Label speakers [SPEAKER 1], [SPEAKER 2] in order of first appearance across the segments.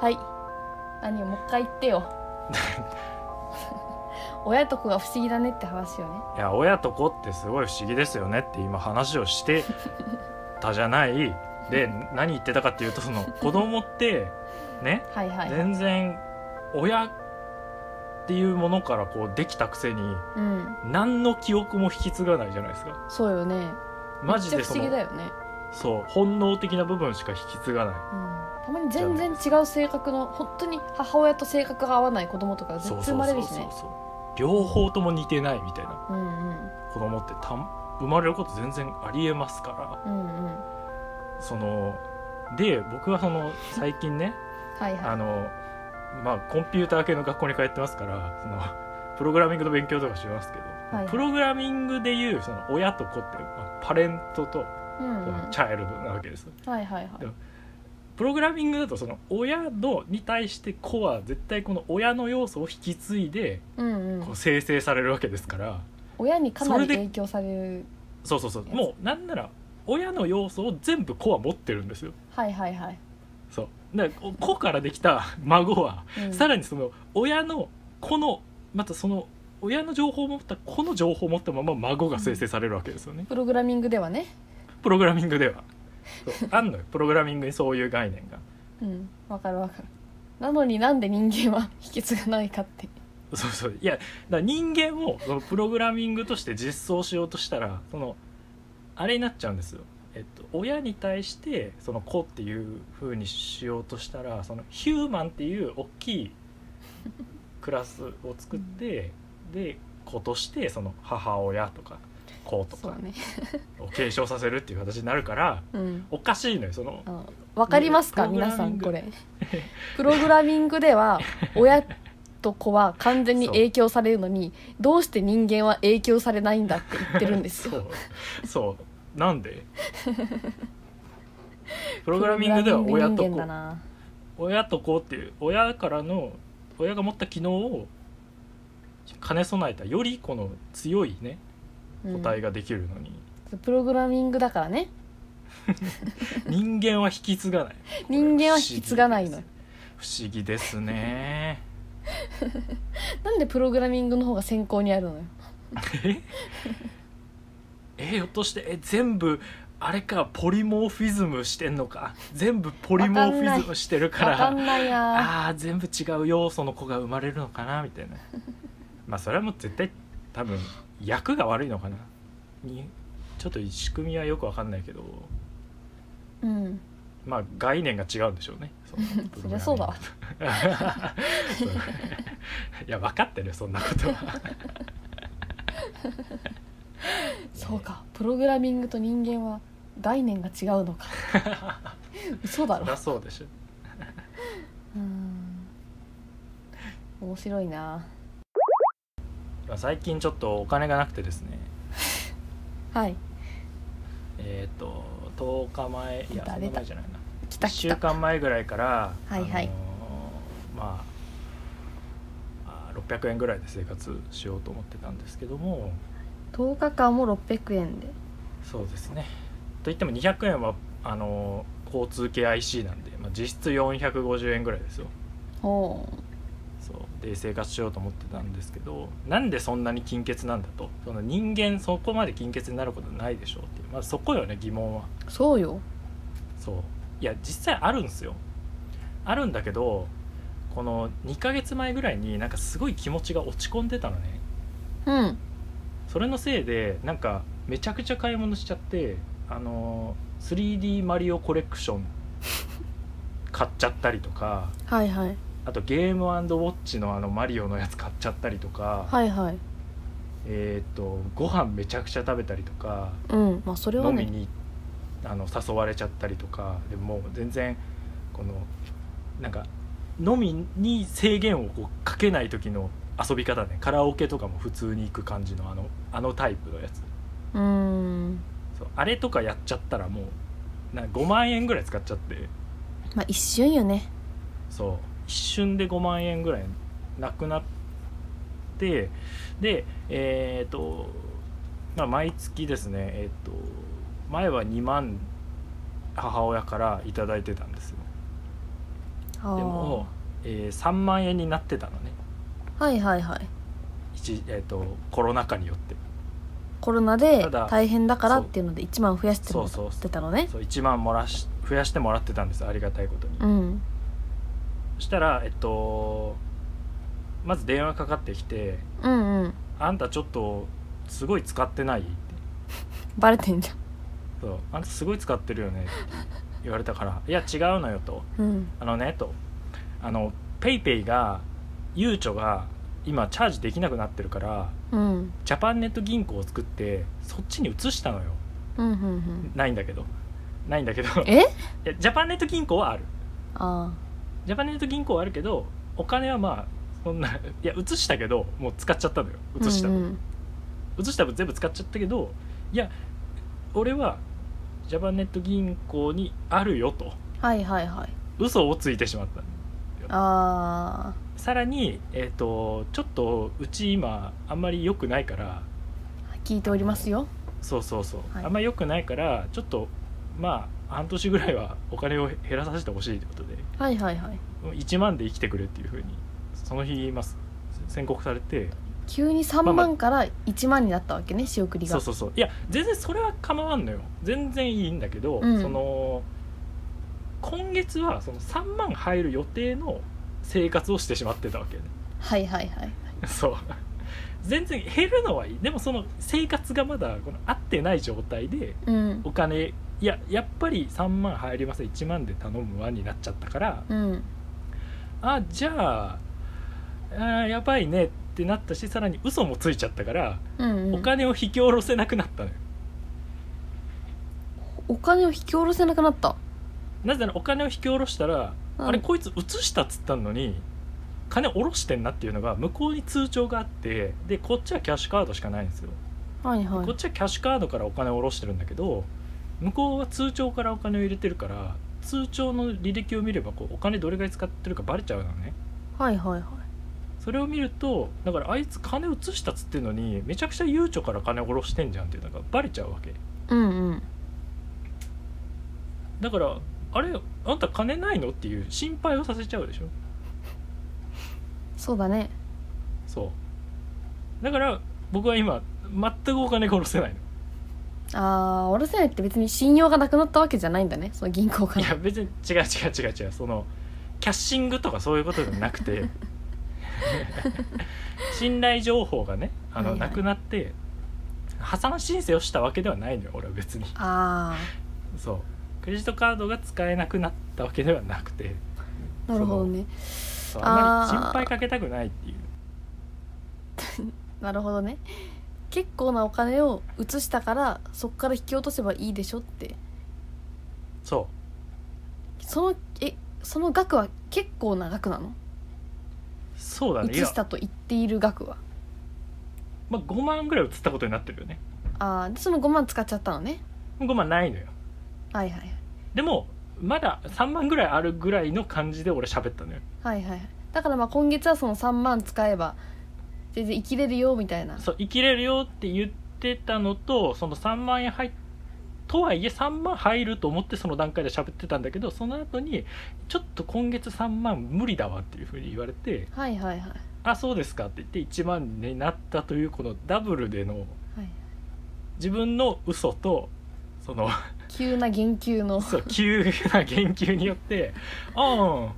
[SPEAKER 1] はい何よもう一回言 ってよ親と子が不思議だねって話よね
[SPEAKER 2] いや親と子ってすごい不思議ですよねって今話をしてたじゃないで何言ってたかっていうとその子供ってね
[SPEAKER 1] はいはいはい
[SPEAKER 2] 全然親っていうものからこうできたくせに
[SPEAKER 1] うん
[SPEAKER 2] 何の記憶も引き継がないじゃないですか
[SPEAKER 1] そうよね
[SPEAKER 2] マジ
[SPEAKER 1] め
[SPEAKER 2] で
[SPEAKER 1] っちゃ
[SPEAKER 2] そ
[SPEAKER 1] 不思議
[SPEAKER 2] の
[SPEAKER 1] だよね、
[SPEAKER 2] そう本能的な部分しか引き継がない
[SPEAKER 1] うん、たまに全然違う性格の本当に母親と性格が合わない子供とか絶
[SPEAKER 2] そう
[SPEAKER 1] 対
[SPEAKER 2] そ
[SPEAKER 1] 生
[SPEAKER 2] う
[SPEAKER 1] まれ
[SPEAKER 2] そう
[SPEAKER 1] るし
[SPEAKER 2] そう
[SPEAKER 1] ね
[SPEAKER 2] そう両方とも似てないみたいな
[SPEAKER 1] うんうん
[SPEAKER 2] 子供ってた生まれること全然ありえますか
[SPEAKER 1] うんうん
[SPEAKER 2] らそので僕はその最近ね
[SPEAKER 1] はい
[SPEAKER 2] あ
[SPEAKER 1] は
[SPEAKER 2] のまあコンピューター系の学校に通ってますからそのプログラミングの勉強とかしますけど、
[SPEAKER 1] いはい
[SPEAKER 2] プログラミングでいうその親と子ってまあパレントと
[SPEAKER 1] いうんうん
[SPEAKER 2] チャイルドなわけです、
[SPEAKER 1] はいはいはい
[SPEAKER 2] でもプログラミングだとその親のに対して子は絶対この親の要素を引き継いで
[SPEAKER 1] うんう
[SPEAKER 2] こ
[SPEAKER 1] ん
[SPEAKER 2] う生成されるわけですから、
[SPEAKER 1] 親にかな
[SPEAKER 2] そ
[SPEAKER 1] り
[SPEAKER 2] れで
[SPEAKER 1] 影響される
[SPEAKER 2] そうそうそうもうなんなら親の要素を全部子は持ってるんですよ
[SPEAKER 1] はいはいはい、
[SPEAKER 2] そうだからこ子からできた孫は
[SPEAKER 1] うん、
[SPEAKER 2] さらにその親のこのまたその親の情報を持ったこの情報を持ったまま孫が生成されるわけですよね、
[SPEAKER 1] プログラミングではね
[SPEAKER 2] プログラミングではそうあんのよプログラミングにそういう概念が
[SPEAKER 1] うんわかるわかるなのになんで人間は引き継がないかって
[SPEAKER 2] そうそういやだから人間もそのプログラミングとして実装しようとしたらそのあれになっちゃうんですよ、えっと、親に対してその子っていう風にしようとしたらそのヒューマンっていう大きいクラスを作って、で子としてその母親とか子と
[SPEAKER 1] そ
[SPEAKER 2] か
[SPEAKER 1] うね
[SPEAKER 2] を継承させるっていう形になるから
[SPEAKER 1] うん
[SPEAKER 2] おかしいのよその
[SPEAKER 1] あのわかりますか
[SPEAKER 2] プログ
[SPEAKER 1] 皆
[SPEAKER 2] ラミング
[SPEAKER 1] さんこれプログラミングでは親と子は完全に影響されるのにどうして人間は影響されないんだって言ってるんです
[SPEAKER 2] そ
[SPEAKER 1] よ
[SPEAKER 2] うそうな んでプログラミングでは親
[SPEAKER 1] プ
[SPEAKER 2] と
[SPEAKER 1] ログ
[SPEAKER 2] 子
[SPEAKER 1] ラミング人間だな
[SPEAKER 2] 親と子っていう親からの親が持った機能を兼ね備えたよりこの強いね個体ができるの
[SPEAKER 1] う
[SPEAKER 2] に、
[SPEAKER 1] んプログラミングだからね
[SPEAKER 2] 人間は引き継がない
[SPEAKER 1] 人間は引き継がないのよ
[SPEAKER 2] 不思議ですね
[SPEAKER 1] なんでプログラミングの方が先行にあるのよ
[SPEAKER 2] ええひょっとしてえ全部あれかポリモーフィズムしてんのか全部ポリモーフィズムしてるか
[SPEAKER 1] わからんないや
[SPEAKER 2] あー全部違う要素の子が生まれるのかなみた いなまあそれはもう絶対多分役が悪いのかなにちょっと仕組みはよくわかんないけど
[SPEAKER 1] うん
[SPEAKER 2] まあ概念が違うんでしょうねそ
[SPEAKER 1] そりゃそうだわ
[SPEAKER 2] プログラミングとそうい や分かってるよそんな ことは
[SPEAKER 1] そうかプログラミングと人間は概念が違うのか 嘘だ
[SPEAKER 2] そ
[SPEAKER 1] ろ
[SPEAKER 2] りゃそうでしょ
[SPEAKER 1] うん面白いな
[SPEAKER 2] まあ最近ちょっとお金がなくてですね
[SPEAKER 1] はい
[SPEAKER 2] えっ、と10日前い
[SPEAKER 1] 出
[SPEAKER 2] や
[SPEAKER 1] た
[SPEAKER 2] そんな前じゃないな
[SPEAKER 1] 来た
[SPEAKER 2] 1
[SPEAKER 1] 来
[SPEAKER 2] 週
[SPEAKER 1] た
[SPEAKER 2] 間前ぐらいから、
[SPEAKER 1] はいはい
[SPEAKER 2] あのーまああー600円ぐらいで生活しようと思ってたんですけども
[SPEAKER 1] 10日間も600円で
[SPEAKER 2] そうですねといっても200円はあのー交通系 IC なんで、まあ、実質450円ぐらいですよ
[SPEAKER 1] ほ
[SPEAKER 2] そうで生活しようと思ってたんですけどなんでそんなに金欠なんだとその人間そこまで金欠になることないでしょうっていう、まあ、そこよね疑問は
[SPEAKER 1] うそうよ
[SPEAKER 2] そういや実際あるんですよあるんだけどこの2ヶ月前ぐらいになんかすごい気持ちが落ち込んでたのね
[SPEAKER 1] うん
[SPEAKER 2] それのせいでなんかめちゃくちゃ買い物しちゃってあのー 3D マリオコレクション 買っちゃったりとか
[SPEAKER 1] はいはい
[SPEAKER 2] あとゲームウォッチのあのマリオのやつ買っちゃったりとか、
[SPEAKER 1] はいはい
[SPEAKER 2] えっ、とご飯めちゃくちゃ食べたりとか
[SPEAKER 1] うんまあそれは
[SPEAKER 2] 飲み
[SPEAKER 1] ね
[SPEAKER 2] にあの誘われちゃったりとかでもう全然このなんか飲みに制限をこうかけない時の遊び方ねカラオケとかも普通に行く感じのあのあのタイプのやつ
[SPEAKER 1] うーん
[SPEAKER 2] そうあれとかやっちゃったらもうなんか5万円ぐらい使っちゃって
[SPEAKER 1] まあ一瞬よね
[SPEAKER 2] そう一瞬で5万円ぐらいなくなってでえっ、とまあ毎月ですねえっ、と前は2万母親から頂いいてたんですよ
[SPEAKER 1] あー
[SPEAKER 2] でも、えー3万円になってたのね
[SPEAKER 1] はいはいはい
[SPEAKER 2] 一、えー、とコロナ禍によって
[SPEAKER 1] コロナで
[SPEAKER 2] ただ
[SPEAKER 1] 大変だからっていうので1万増やして
[SPEAKER 2] そ
[SPEAKER 1] も
[SPEAKER 2] うそう
[SPEAKER 1] らっ
[SPEAKER 2] そ
[SPEAKER 1] て
[SPEAKER 2] う
[SPEAKER 1] たのね
[SPEAKER 2] そう1万もらし増やしてもらってたんですありがたいことに、
[SPEAKER 1] うん
[SPEAKER 2] そしたらえっとまず電話かかってきて
[SPEAKER 1] うんうん
[SPEAKER 2] 「あんたちょっとすごい使ってない?」って
[SPEAKER 1] バレてんじ
[SPEAKER 2] 「そうあんたすごい使ってるよね」って言われたから「いや違うのよ」と
[SPEAKER 1] ゃんうん
[SPEAKER 2] 「あのね」と「あのペイペイがゆうちょが今チャージできなくなってるから
[SPEAKER 1] うん
[SPEAKER 2] ジャパンネット銀行を作ってそっちに移したのよ
[SPEAKER 1] うんうんうん
[SPEAKER 2] ないんだけどないんだけど
[SPEAKER 1] え
[SPEAKER 2] いやジャパンネット銀行はある
[SPEAKER 1] あ
[SPEAKER 2] ジャパネット銀行はあるけどお金はまあそんないや移したけどもう使っちゃったのよ
[SPEAKER 1] あ
[SPEAKER 2] 移した
[SPEAKER 1] う
[SPEAKER 2] 分、
[SPEAKER 1] んうん
[SPEAKER 2] 移した分全部使っちゃったけどいや俺はジャパネット銀行にあるよと
[SPEAKER 1] はいはいはい
[SPEAKER 2] 嘘をついてしまった
[SPEAKER 1] あ
[SPEAKER 2] さらにえっ、とちょっとうち今あんまり良くないから
[SPEAKER 1] あ聞いておりますよ
[SPEAKER 2] そうそうそう、
[SPEAKER 1] はい
[SPEAKER 2] あんまり良くないからちょっとまあ半年ぐらいはお金を減らさせてほしいということで
[SPEAKER 1] はいはいはい
[SPEAKER 2] 1万で生きてくれっていうふうにその日、まあ、宣告されて
[SPEAKER 1] 急に3万から1万になったわけね仕送り
[SPEAKER 2] そ
[SPEAKER 1] が
[SPEAKER 2] うそうそういや全然それは構わんのよ全然いいんだけど、
[SPEAKER 1] うん
[SPEAKER 2] その今月はその3万入る予定の生活をしてしまってたわけね
[SPEAKER 1] はいはいはい
[SPEAKER 2] そう全然減るのはいいでもその生活がまだこの合ってない状態で
[SPEAKER 1] うん
[SPEAKER 2] お金いややっぱり3万入ります1万で頼むわになっちゃったから
[SPEAKER 1] うん
[SPEAKER 2] あじゃああーやばいねってなったしさらに嘘もついちゃったから、
[SPEAKER 1] うんう
[SPEAKER 2] お
[SPEAKER 1] ん
[SPEAKER 2] 金を引き下ろせなくなったのよ
[SPEAKER 1] お金を引き下ろせなくなった
[SPEAKER 2] なぜならお金を引き下ろしたら、
[SPEAKER 1] うん
[SPEAKER 2] あれこいつ移したっつったのに金下ろしてんなっていうのが向こうに通帳があってでこっちはキャッシュカードしかないんですよ、
[SPEAKER 1] はいは
[SPEAKER 2] こっ
[SPEAKER 1] い
[SPEAKER 2] ちはキャッシュカードからお金を下ろしてるんだけど向こうは通帳からお金を入れてるから通帳の履歴を見ればこうお金どれぐらい使ってるかバレちゃうのね
[SPEAKER 1] はいはいはい
[SPEAKER 2] それを見るとだからあいつ金移したっつってんのにめちゃくちゃゆうちょから金下ろしてんじゃんっていうのがバレちゃうわけ
[SPEAKER 1] うんうん
[SPEAKER 2] だからあれあんた金ないのっていう心配をさせちゃうでしょ
[SPEAKER 1] そうだね
[SPEAKER 2] そうだから僕は今全くお金が下ろせないの
[SPEAKER 1] ああ下ろせないって別に信用がなくなったわけじゃないんだねその銀行か
[SPEAKER 2] いや
[SPEAKER 1] ら
[SPEAKER 2] 別に違う違う違う違うそのキャッシングとかそういうことじゃなく て信頼情報がねあの、
[SPEAKER 1] はいはい
[SPEAKER 2] なくなって破産申請をしたわけではないのよ俺は別に
[SPEAKER 1] あ
[SPEAKER 2] そうクレジットカードが使えなくなったわけではなくて
[SPEAKER 1] あなるほどね
[SPEAKER 2] そうあんまり
[SPEAKER 1] あー
[SPEAKER 2] 心配かけたくないっていう
[SPEAKER 1] なるほどね結構なお金を移したからそこから引き落とせばいいでしょって
[SPEAKER 2] そ
[SPEAKER 1] そのえその額は結構な額なの
[SPEAKER 2] うそうだねい
[SPEAKER 1] 移
[SPEAKER 2] や
[SPEAKER 1] したと言っている額は
[SPEAKER 2] まあ、5万ぐらい移ったことになってるよね
[SPEAKER 1] ああでその5万使っちゃったのね
[SPEAKER 2] 5万ないのよ
[SPEAKER 1] はいはい
[SPEAKER 2] でもまだ3万ぐらいあるぐらいの感じで俺喋ったのよ
[SPEAKER 1] はいはいはいだからまあ今月はその3万使えば全然生きれるよみたいな
[SPEAKER 2] そう生きれるよって言ってたのとその3万円入っとはいえ3万入ると思ってその段階で喋ってたんだけどその後にちょっと今月3万無理だわっていうふうに言われて
[SPEAKER 1] はいはいはい
[SPEAKER 2] あそうですかって言って1万になったというこのダブルでの
[SPEAKER 1] はい
[SPEAKER 2] 自分の嘘とその
[SPEAKER 1] 急な言及の
[SPEAKER 2] そう急な言及によって「あ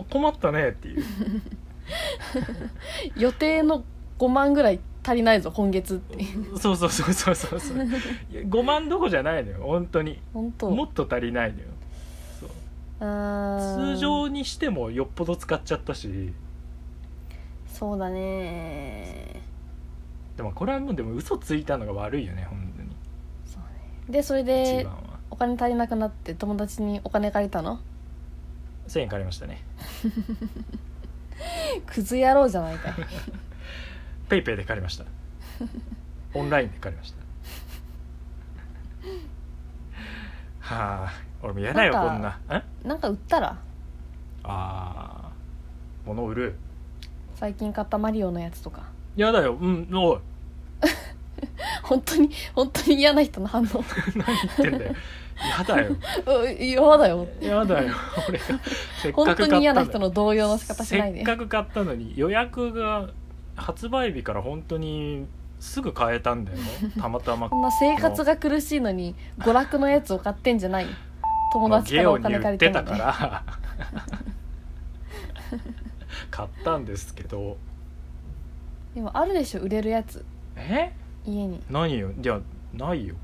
[SPEAKER 2] あ困ったね」っていう
[SPEAKER 1] 予定の5万ぐらい足りないぞ今月っていう
[SPEAKER 2] そうそうそうそうそうそういや5万どこじゃないのよ本当に
[SPEAKER 1] 本当
[SPEAKER 2] もっと足りないのよそう
[SPEAKER 1] 通
[SPEAKER 2] 通常にしてもよっぽど使っちゃったし
[SPEAKER 1] そうだね
[SPEAKER 2] でもこれはもうでも嘘ついたのが悪いよね本当に、
[SPEAKER 1] そうねでそれ
[SPEAKER 2] 一
[SPEAKER 1] で
[SPEAKER 2] 番は
[SPEAKER 1] お金足りなくなって友達にお金借りたの
[SPEAKER 2] 1000円借りましたね
[SPEAKER 1] クズ野郎じゃないかい
[SPEAKER 2] ペイペイで借りました オンラインで借りましたはあ俺も嫌だよ
[SPEAKER 1] なん
[SPEAKER 2] こ
[SPEAKER 1] か
[SPEAKER 2] んなえ
[SPEAKER 1] なんか売ったら
[SPEAKER 2] ああ物売る
[SPEAKER 1] 最近買ったマリオのやつとか
[SPEAKER 2] 嫌だようんおい
[SPEAKER 1] 本当に本当に嫌な人の反応
[SPEAKER 2] 何言ってんだよやだよ
[SPEAKER 1] うん嫌だよ
[SPEAKER 2] やだよ俺がせっ
[SPEAKER 1] 本
[SPEAKER 2] か
[SPEAKER 1] 当
[SPEAKER 2] く
[SPEAKER 1] に
[SPEAKER 2] 買
[SPEAKER 1] 嫌
[SPEAKER 2] った
[SPEAKER 1] な
[SPEAKER 2] の
[SPEAKER 1] 人の動揺の仕方しない
[SPEAKER 2] せ
[SPEAKER 1] で
[SPEAKER 2] っかく買ったのに予約が発売日から本当にすぐ買えたんだよ ねたまたま
[SPEAKER 1] こんな生活が苦しいのに娯楽のやつを買ってんじゃないよ友
[SPEAKER 2] まあ
[SPEAKER 1] 達か
[SPEAKER 2] ゲ
[SPEAKER 1] ら
[SPEAKER 2] オ
[SPEAKER 1] お
[SPEAKER 2] に
[SPEAKER 1] 金
[SPEAKER 2] 売
[SPEAKER 1] 借り
[SPEAKER 2] っ
[SPEAKER 1] て
[SPEAKER 2] て
[SPEAKER 1] んの
[SPEAKER 2] た
[SPEAKER 1] に
[SPEAKER 2] から買ったんですけど
[SPEAKER 1] でもあるでしょ売れるやつ
[SPEAKER 2] え
[SPEAKER 1] 家に
[SPEAKER 2] 何よいやないよ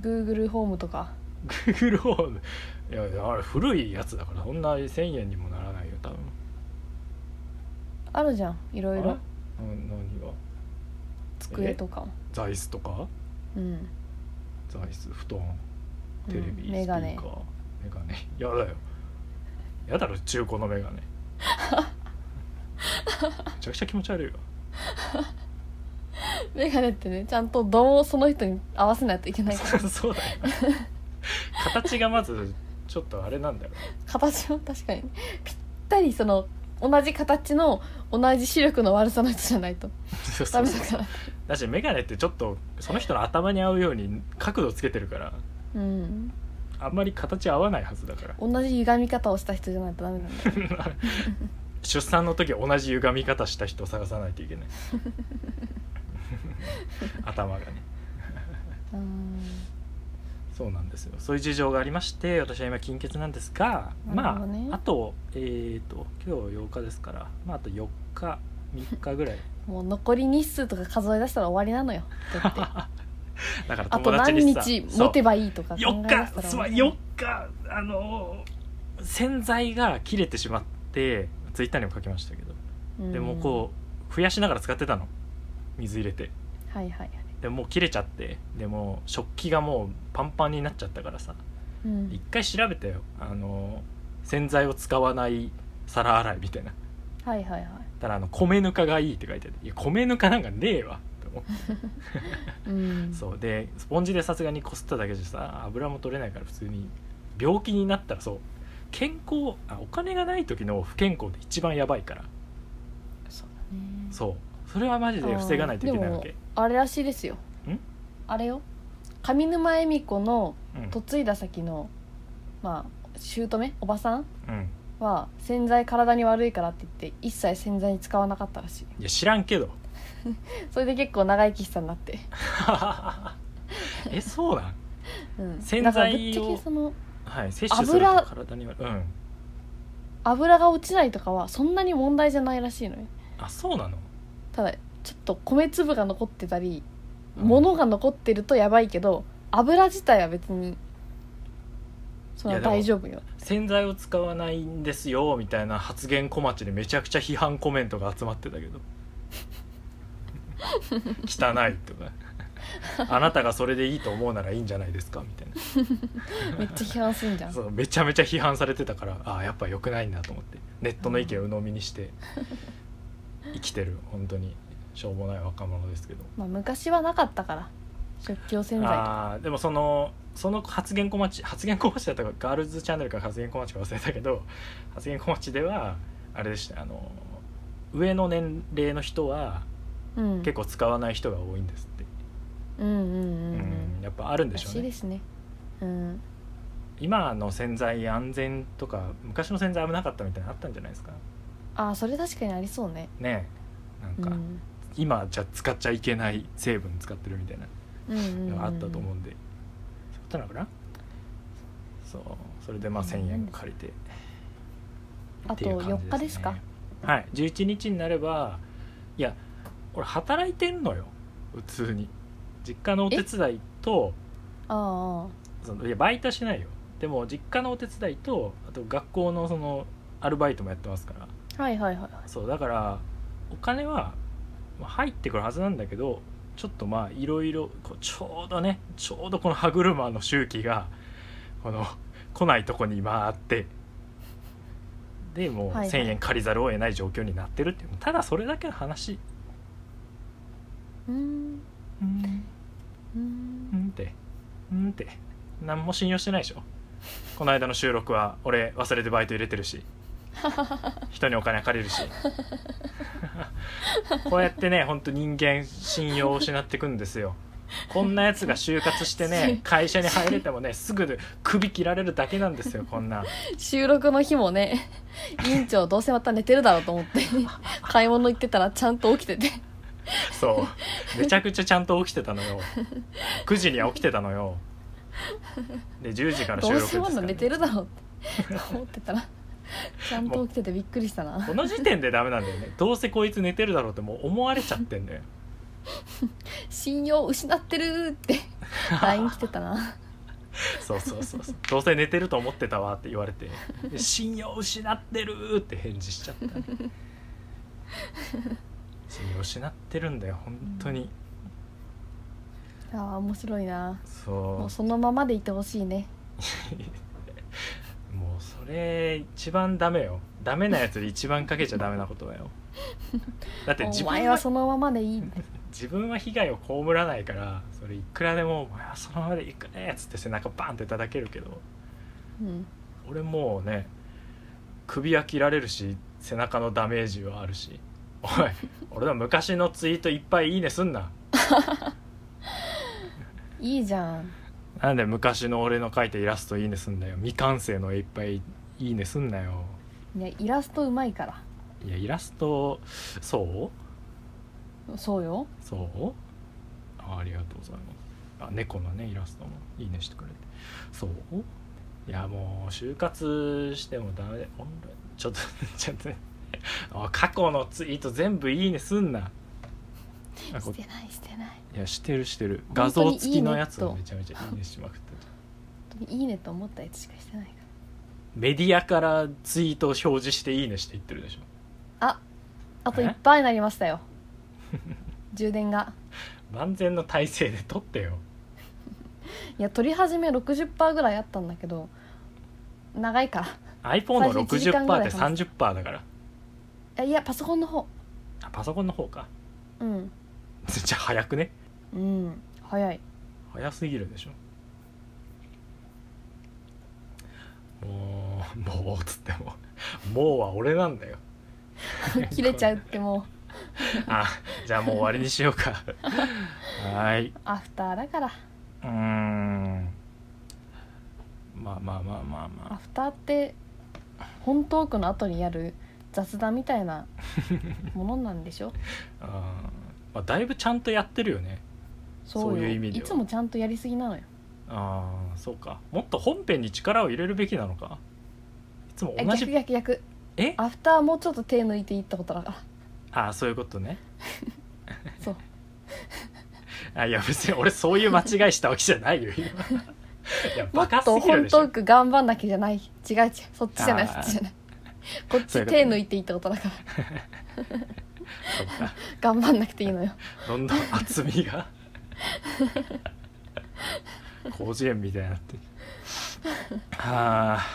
[SPEAKER 1] Google ホームとか
[SPEAKER 2] Google ホームいやいやあれ古いやつだからそんな1000円にもならないよ多分
[SPEAKER 1] あるじゃんいろいろ
[SPEAKER 2] あうん何が
[SPEAKER 1] 机とか
[SPEAKER 2] 座椅子とか
[SPEAKER 1] うん
[SPEAKER 2] 座椅子布団テレビ、
[SPEAKER 1] うんメガネ
[SPEAKER 2] スピーカーメガネ やだよやだろ中古のメ ガネめちゃくちゃ気持ち悪いわ
[SPEAKER 1] メガネってねちゃんとどうその人に合わせないといけないから
[SPEAKER 2] そうだよね形がまずちょっとあれなんだよね
[SPEAKER 1] 形も確かにぴったりその同じ形の同じ視力の悪さの人じゃないと
[SPEAKER 2] そうそ
[SPEAKER 1] ダ
[SPEAKER 2] う
[SPEAKER 1] メ
[SPEAKER 2] そ
[SPEAKER 1] だ
[SPEAKER 2] う
[SPEAKER 1] から
[SPEAKER 2] だしメガネってちょっとその人の頭に合うように角度つけてるから
[SPEAKER 1] うん
[SPEAKER 2] あんまり形合わないはずだから
[SPEAKER 1] 同じ歪み方をした人じゃないとダメなんだよ
[SPEAKER 2] 出産の時同じ歪み方した人を探さないとい けない頭がね
[SPEAKER 1] うん
[SPEAKER 2] そうなんですよそういう事情がありまして私は今金欠なんですが、
[SPEAKER 1] なる
[SPEAKER 2] ま
[SPEAKER 1] ほどね
[SPEAKER 2] ああとえっ、と今日8日ですからまああと4日3日ぐらい
[SPEAKER 1] もう残り日数とか数え出したら終わりなのよだって
[SPEAKER 2] だから
[SPEAKER 1] あと
[SPEAKER 2] 友達
[SPEAKER 1] 何
[SPEAKER 2] にさ
[SPEAKER 1] 日持てばいいとか考
[SPEAKER 2] 4
[SPEAKER 1] え出し
[SPEAKER 2] 日
[SPEAKER 1] たら
[SPEAKER 2] す
[SPEAKER 1] 終
[SPEAKER 2] ま
[SPEAKER 1] わ
[SPEAKER 2] ん
[SPEAKER 1] りなの
[SPEAKER 2] 4日あのー洗剤が切れてしまってツイッターにも書きましたけど、
[SPEAKER 1] うん
[SPEAKER 2] でもこう増やしながら使ってたの水入れて
[SPEAKER 1] はいはいはい、
[SPEAKER 2] でもう切れちゃってでもう食器がもうパンパンになっちゃったからさ
[SPEAKER 1] うん
[SPEAKER 2] 一、回調べたよあの洗剤を使わない皿洗いみたいな
[SPEAKER 1] はいはいはい
[SPEAKER 2] たらあの米ぬかがいいって書いてあるいや米ぬかなんかねえわって思って
[SPEAKER 1] うん
[SPEAKER 2] そうでスポンジでさすがにこすっただけじゃさ油も取れないから普通に病気になったらそう健康あお金がない時の不健康で一番やばいから
[SPEAKER 1] そうだね
[SPEAKER 2] そうそれはマジで防がないといけないわ
[SPEAKER 1] あー
[SPEAKER 2] け
[SPEAKER 1] でもあれらしいですよ
[SPEAKER 2] ん
[SPEAKER 1] あれよ上沼恵美子の
[SPEAKER 2] うん
[SPEAKER 1] 嫁いだ先のまあ姑おばさん
[SPEAKER 2] うん
[SPEAKER 1] は洗剤体に悪いからって言って一切洗剤に使わなかったらしい
[SPEAKER 2] いや知らんけど
[SPEAKER 1] それで結構長生きしたんだって、
[SPEAKER 2] えそうなん
[SPEAKER 1] うん、
[SPEAKER 2] 洗剤
[SPEAKER 1] だ
[SPEAKER 2] を
[SPEAKER 1] からぶっちゃけその
[SPEAKER 2] はい摂取すると
[SPEAKER 1] 油
[SPEAKER 2] 体にはうん
[SPEAKER 1] 油が落ちないとかはそんなに問題じゃないらしいのよ
[SPEAKER 2] あそうなの
[SPEAKER 1] ただちょっと米粒が残ってたり
[SPEAKER 2] うん
[SPEAKER 1] 物が残ってるとやばいけど油自体は別にそん
[SPEAKER 2] い
[SPEAKER 1] な
[SPEAKER 2] やでも
[SPEAKER 1] 大丈夫よ
[SPEAKER 2] 洗剤を使わないんですよみたいな発言小町にめちゃくちゃ批判コメントが集まってたけど 汚いとかあなたがそれでいいと思うならいいんじゃないですかみたい
[SPEAKER 1] めっちゃ批判すんじゃ
[SPEAKER 2] なん そうめちゃめちゃ批判されてたからああやっぱ良くないんだと思ってネットの意見を鵜呑みにして生きてる本当にしょうもない若者ですけど
[SPEAKER 1] まあ、昔はなかったから食器用洗剤とか
[SPEAKER 2] あーでもそのその発言小町発言小町だったかガールズチャンネルから発言小町か忘れたけど発言小町ではあれでしたあの上の年齢の人は
[SPEAKER 1] うん
[SPEAKER 2] 結構使わない人が多いんですって、
[SPEAKER 1] うんうんうんう
[SPEAKER 2] う
[SPEAKER 1] ん
[SPEAKER 2] んやっぱあるんで
[SPEAKER 1] ら
[SPEAKER 2] しょ
[SPEAKER 1] し
[SPEAKER 2] う
[SPEAKER 1] いで
[SPEAKER 2] ね
[SPEAKER 1] すねうん
[SPEAKER 2] 今の洗剤安全とか昔の洗剤危なかったみたいなのあったんじゃないですか
[SPEAKER 1] ああそれ確かにありそうね
[SPEAKER 2] ねえなん
[SPEAKER 1] う
[SPEAKER 2] か、
[SPEAKER 1] ん
[SPEAKER 2] 今じゃ使っちゃいけない成分使ってるみたいな
[SPEAKER 1] うんうんうん
[SPEAKER 2] のがあったと思うんで、そういうことなのかなそうそれでまあ1,000円借りて。
[SPEAKER 1] あ
[SPEAKER 2] って
[SPEAKER 1] と
[SPEAKER 2] いう感
[SPEAKER 1] 4
[SPEAKER 2] じ
[SPEAKER 1] 日ですか
[SPEAKER 2] ねはい11日になればいや俺働いてんのよ普通に実家のお手伝いと
[SPEAKER 1] ああああ
[SPEAKER 2] そのいやバイトはしてないよでも実家のお手伝いとあと学校のそのアルバイトもやってますから
[SPEAKER 1] はいはいはい
[SPEAKER 2] そうだからお金はまあ入ってくるはずなんだけどちょっとまあいろいろこうちょうどねちょうどこの歯車の周期がこの来ないとこに回ってでもう
[SPEAKER 1] はいはい
[SPEAKER 2] 1,000円借りざるを得ない状況になってるっていう、ただそれだけの話
[SPEAKER 1] うーん
[SPEAKER 2] うん
[SPEAKER 1] うー
[SPEAKER 2] うんんってうんって何も信用してないでしょこの間の収録は俺忘れてバイト入れてるし人にお金借りるしこうやってねほんと人間信用を失ってくんですよこんなやつが就活し てね会社に入れてもねすぐ首切られるだけなんですよこんな
[SPEAKER 1] 収録の日もね院長どうせまた寝てるだろうと思って買い物行ってたらちゃんと起きてて
[SPEAKER 2] そうめちゃくちゃちゃんと起きてたのよ9時には起きてたのよで10時から収
[SPEAKER 1] どう
[SPEAKER 2] 録です
[SPEAKER 1] せ
[SPEAKER 2] か
[SPEAKER 1] ま
[SPEAKER 2] ら
[SPEAKER 1] だ
[SPEAKER 2] ね、
[SPEAKER 1] 寝てるだろうって思ってたらちゃんと起きててびっくりしたな
[SPEAKER 2] この時点でダメなんだよねどうせこいつ寝てるだろうってもう思われちゃってんだよ
[SPEAKER 1] 信用失ってるって LINE 来てたな
[SPEAKER 2] そうそうそうそうどうせ寝てると思ってたわって言われてで信用失ってるって返事しちゃった、ね、信用失ってるんだよ本当に、
[SPEAKER 1] あー面白いなも
[SPEAKER 2] そう
[SPEAKER 1] そのままでいてほしいね
[SPEAKER 2] うもうそれ一番ダメよダメなやつで一番かけちゃダメなことだよだって自
[SPEAKER 1] お
[SPEAKER 2] 分
[SPEAKER 1] 前
[SPEAKER 2] は
[SPEAKER 1] はそのままでいいって
[SPEAKER 2] 自分は被害を被らないからそれいくらでも「お前はそのままでいくね」っつって背中バンって叩けるけど
[SPEAKER 1] うん
[SPEAKER 2] 俺もうね首は切られるし背中のダメージはあるしおい俺は昔のツイートいっぱい「いいね」すんない
[SPEAKER 1] いじゃん
[SPEAKER 2] なんで昔の俺の描いたイラスト「いいね」すんだよ未完成の絵いっぱい「いいね」すんなよ
[SPEAKER 1] ねイラストうまいから
[SPEAKER 2] いやイラストそう
[SPEAKER 1] そうよ
[SPEAKER 2] そうあありがとうございますあ猫のねイラストもいいねしてくれてそういやもう就活してもダメだよオンラインちょっと ちょっとねおい過去のツイート全部いいねすんなあこ
[SPEAKER 1] してないしてない
[SPEAKER 2] いやしてるしてる
[SPEAKER 1] 本当に
[SPEAKER 2] 画像付きのやつ
[SPEAKER 1] いい
[SPEAKER 2] を
[SPEAKER 1] ねと
[SPEAKER 2] めちゃめちゃいいねしまくってる
[SPEAKER 1] いいねと思ったやつしかしてないか
[SPEAKER 2] メディアからツイートを表示していいねしていってるでしょ
[SPEAKER 1] らああと
[SPEAKER 2] え
[SPEAKER 1] いっぱいになりましたよ 充電が
[SPEAKER 2] 万全の体制で撮ってよ
[SPEAKER 1] いや取り始め60%ぐらいあったんだけど長いか
[SPEAKER 2] iPhone の
[SPEAKER 1] 最初1時間ぐら
[SPEAKER 2] 60%
[SPEAKER 1] い
[SPEAKER 2] で30%だから
[SPEAKER 1] らいやパソコンの方
[SPEAKER 2] あパソコンの方か
[SPEAKER 1] うん
[SPEAKER 2] じゃあ早くね
[SPEAKER 1] うん早 い
[SPEAKER 2] 早すぎるでしょもうもうっつってももうは俺なんだよ
[SPEAKER 1] 切れちゃうっても
[SPEAKER 2] あじゃあもう終わりにしようかはーいう
[SPEAKER 1] アフターだから
[SPEAKER 2] うーんまあまあまあまあ
[SPEAKER 1] ア
[SPEAKER 2] ま
[SPEAKER 1] フターって本トークの後にやる雑談みたい なものなんでしょ
[SPEAKER 2] あうんまあだいぶちゃんとやってるよね
[SPEAKER 1] そうよ
[SPEAKER 2] そういう意味ではい
[SPEAKER 1] つもちゃんとやりすぎなのよ
[SPEAKER 2] ああそうかもっと本編に力を入れるべきなのかいつも
[SPEAKER 1] え
[SPEAKER 2] 同
[SPEAKER 1] 逆
[SPEAKER 2] じ
[SPEAKER 1] 逆逆
[SPEAKER 2] え
[SPEAKER 1] アフターもうちょっと手抜いていったことだから
[SPEAKER 2] ああそういうことね
[SPEAKER 1] そう
[SPEAKER 2] あいや別に俺そういう間違いしたわけじゃない よ今いや
[SPEAKER 1] も
[SPEAKER 2] バ
[SPEAKER 1] っ
[SPEAKER 2] カす
[SPEAKER 1] と
[SPEAKER 2] ぎる
[SPEAKER 1] 本
[SPEAKER 2] でしょ
[SPEAKER 1] トーク頑張んなきゃじゃない違う違うそっちじゃない
[SPEAKER 2] あ
[SPEAKER 1] そ
[SPEAKER 2] ー
[SPEAKER 1] っちじゃ ないこっ
[SPEAKER 2] そ
[SPEAKER 1] ち
[SPEAKER 2] ういうことね
[SPEAKER 1] 手抜いていったことだから
[SPEAKER 2] そっか
[SPEAKER 1] 頑張んなくていいのよ
[SPEAKER 2] どんどん厚みが広辞苑みたいになってはあ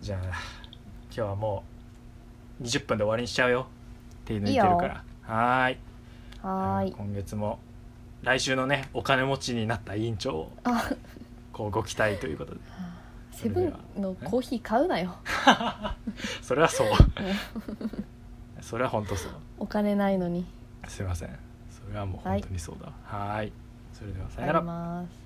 [SPEAKER 2] じゃあ今日はもう20分で終わりにしちゃうよ手抜いてる
[SPEAKER 1] い
[SPEAKER 2] か
[SPEAKER 1] いよ
[SPEAKER 2] らはーい
[SPEAKER 1] はーい
[SPEAKER 2] 今月も来週のねお金持ちになった委員長を
[SPEAKER 1] あ
[SPEAKER 2] こうご期待ということで
[SPEAKER 1] セブンのコーヒー買うなよ
[SPEAKER 2] それは そう
[SPEAKER 1] もう
[SPEAKER 2] それは本当そう
[SPEAKER 1] お金ないのに
[SPEAKER 2] すいませんそれはもう本当にそうだはーいそれではさよな
[SPEAKER 1] あ
[SPEAKER 2] ら
[SPEAKER 1] ります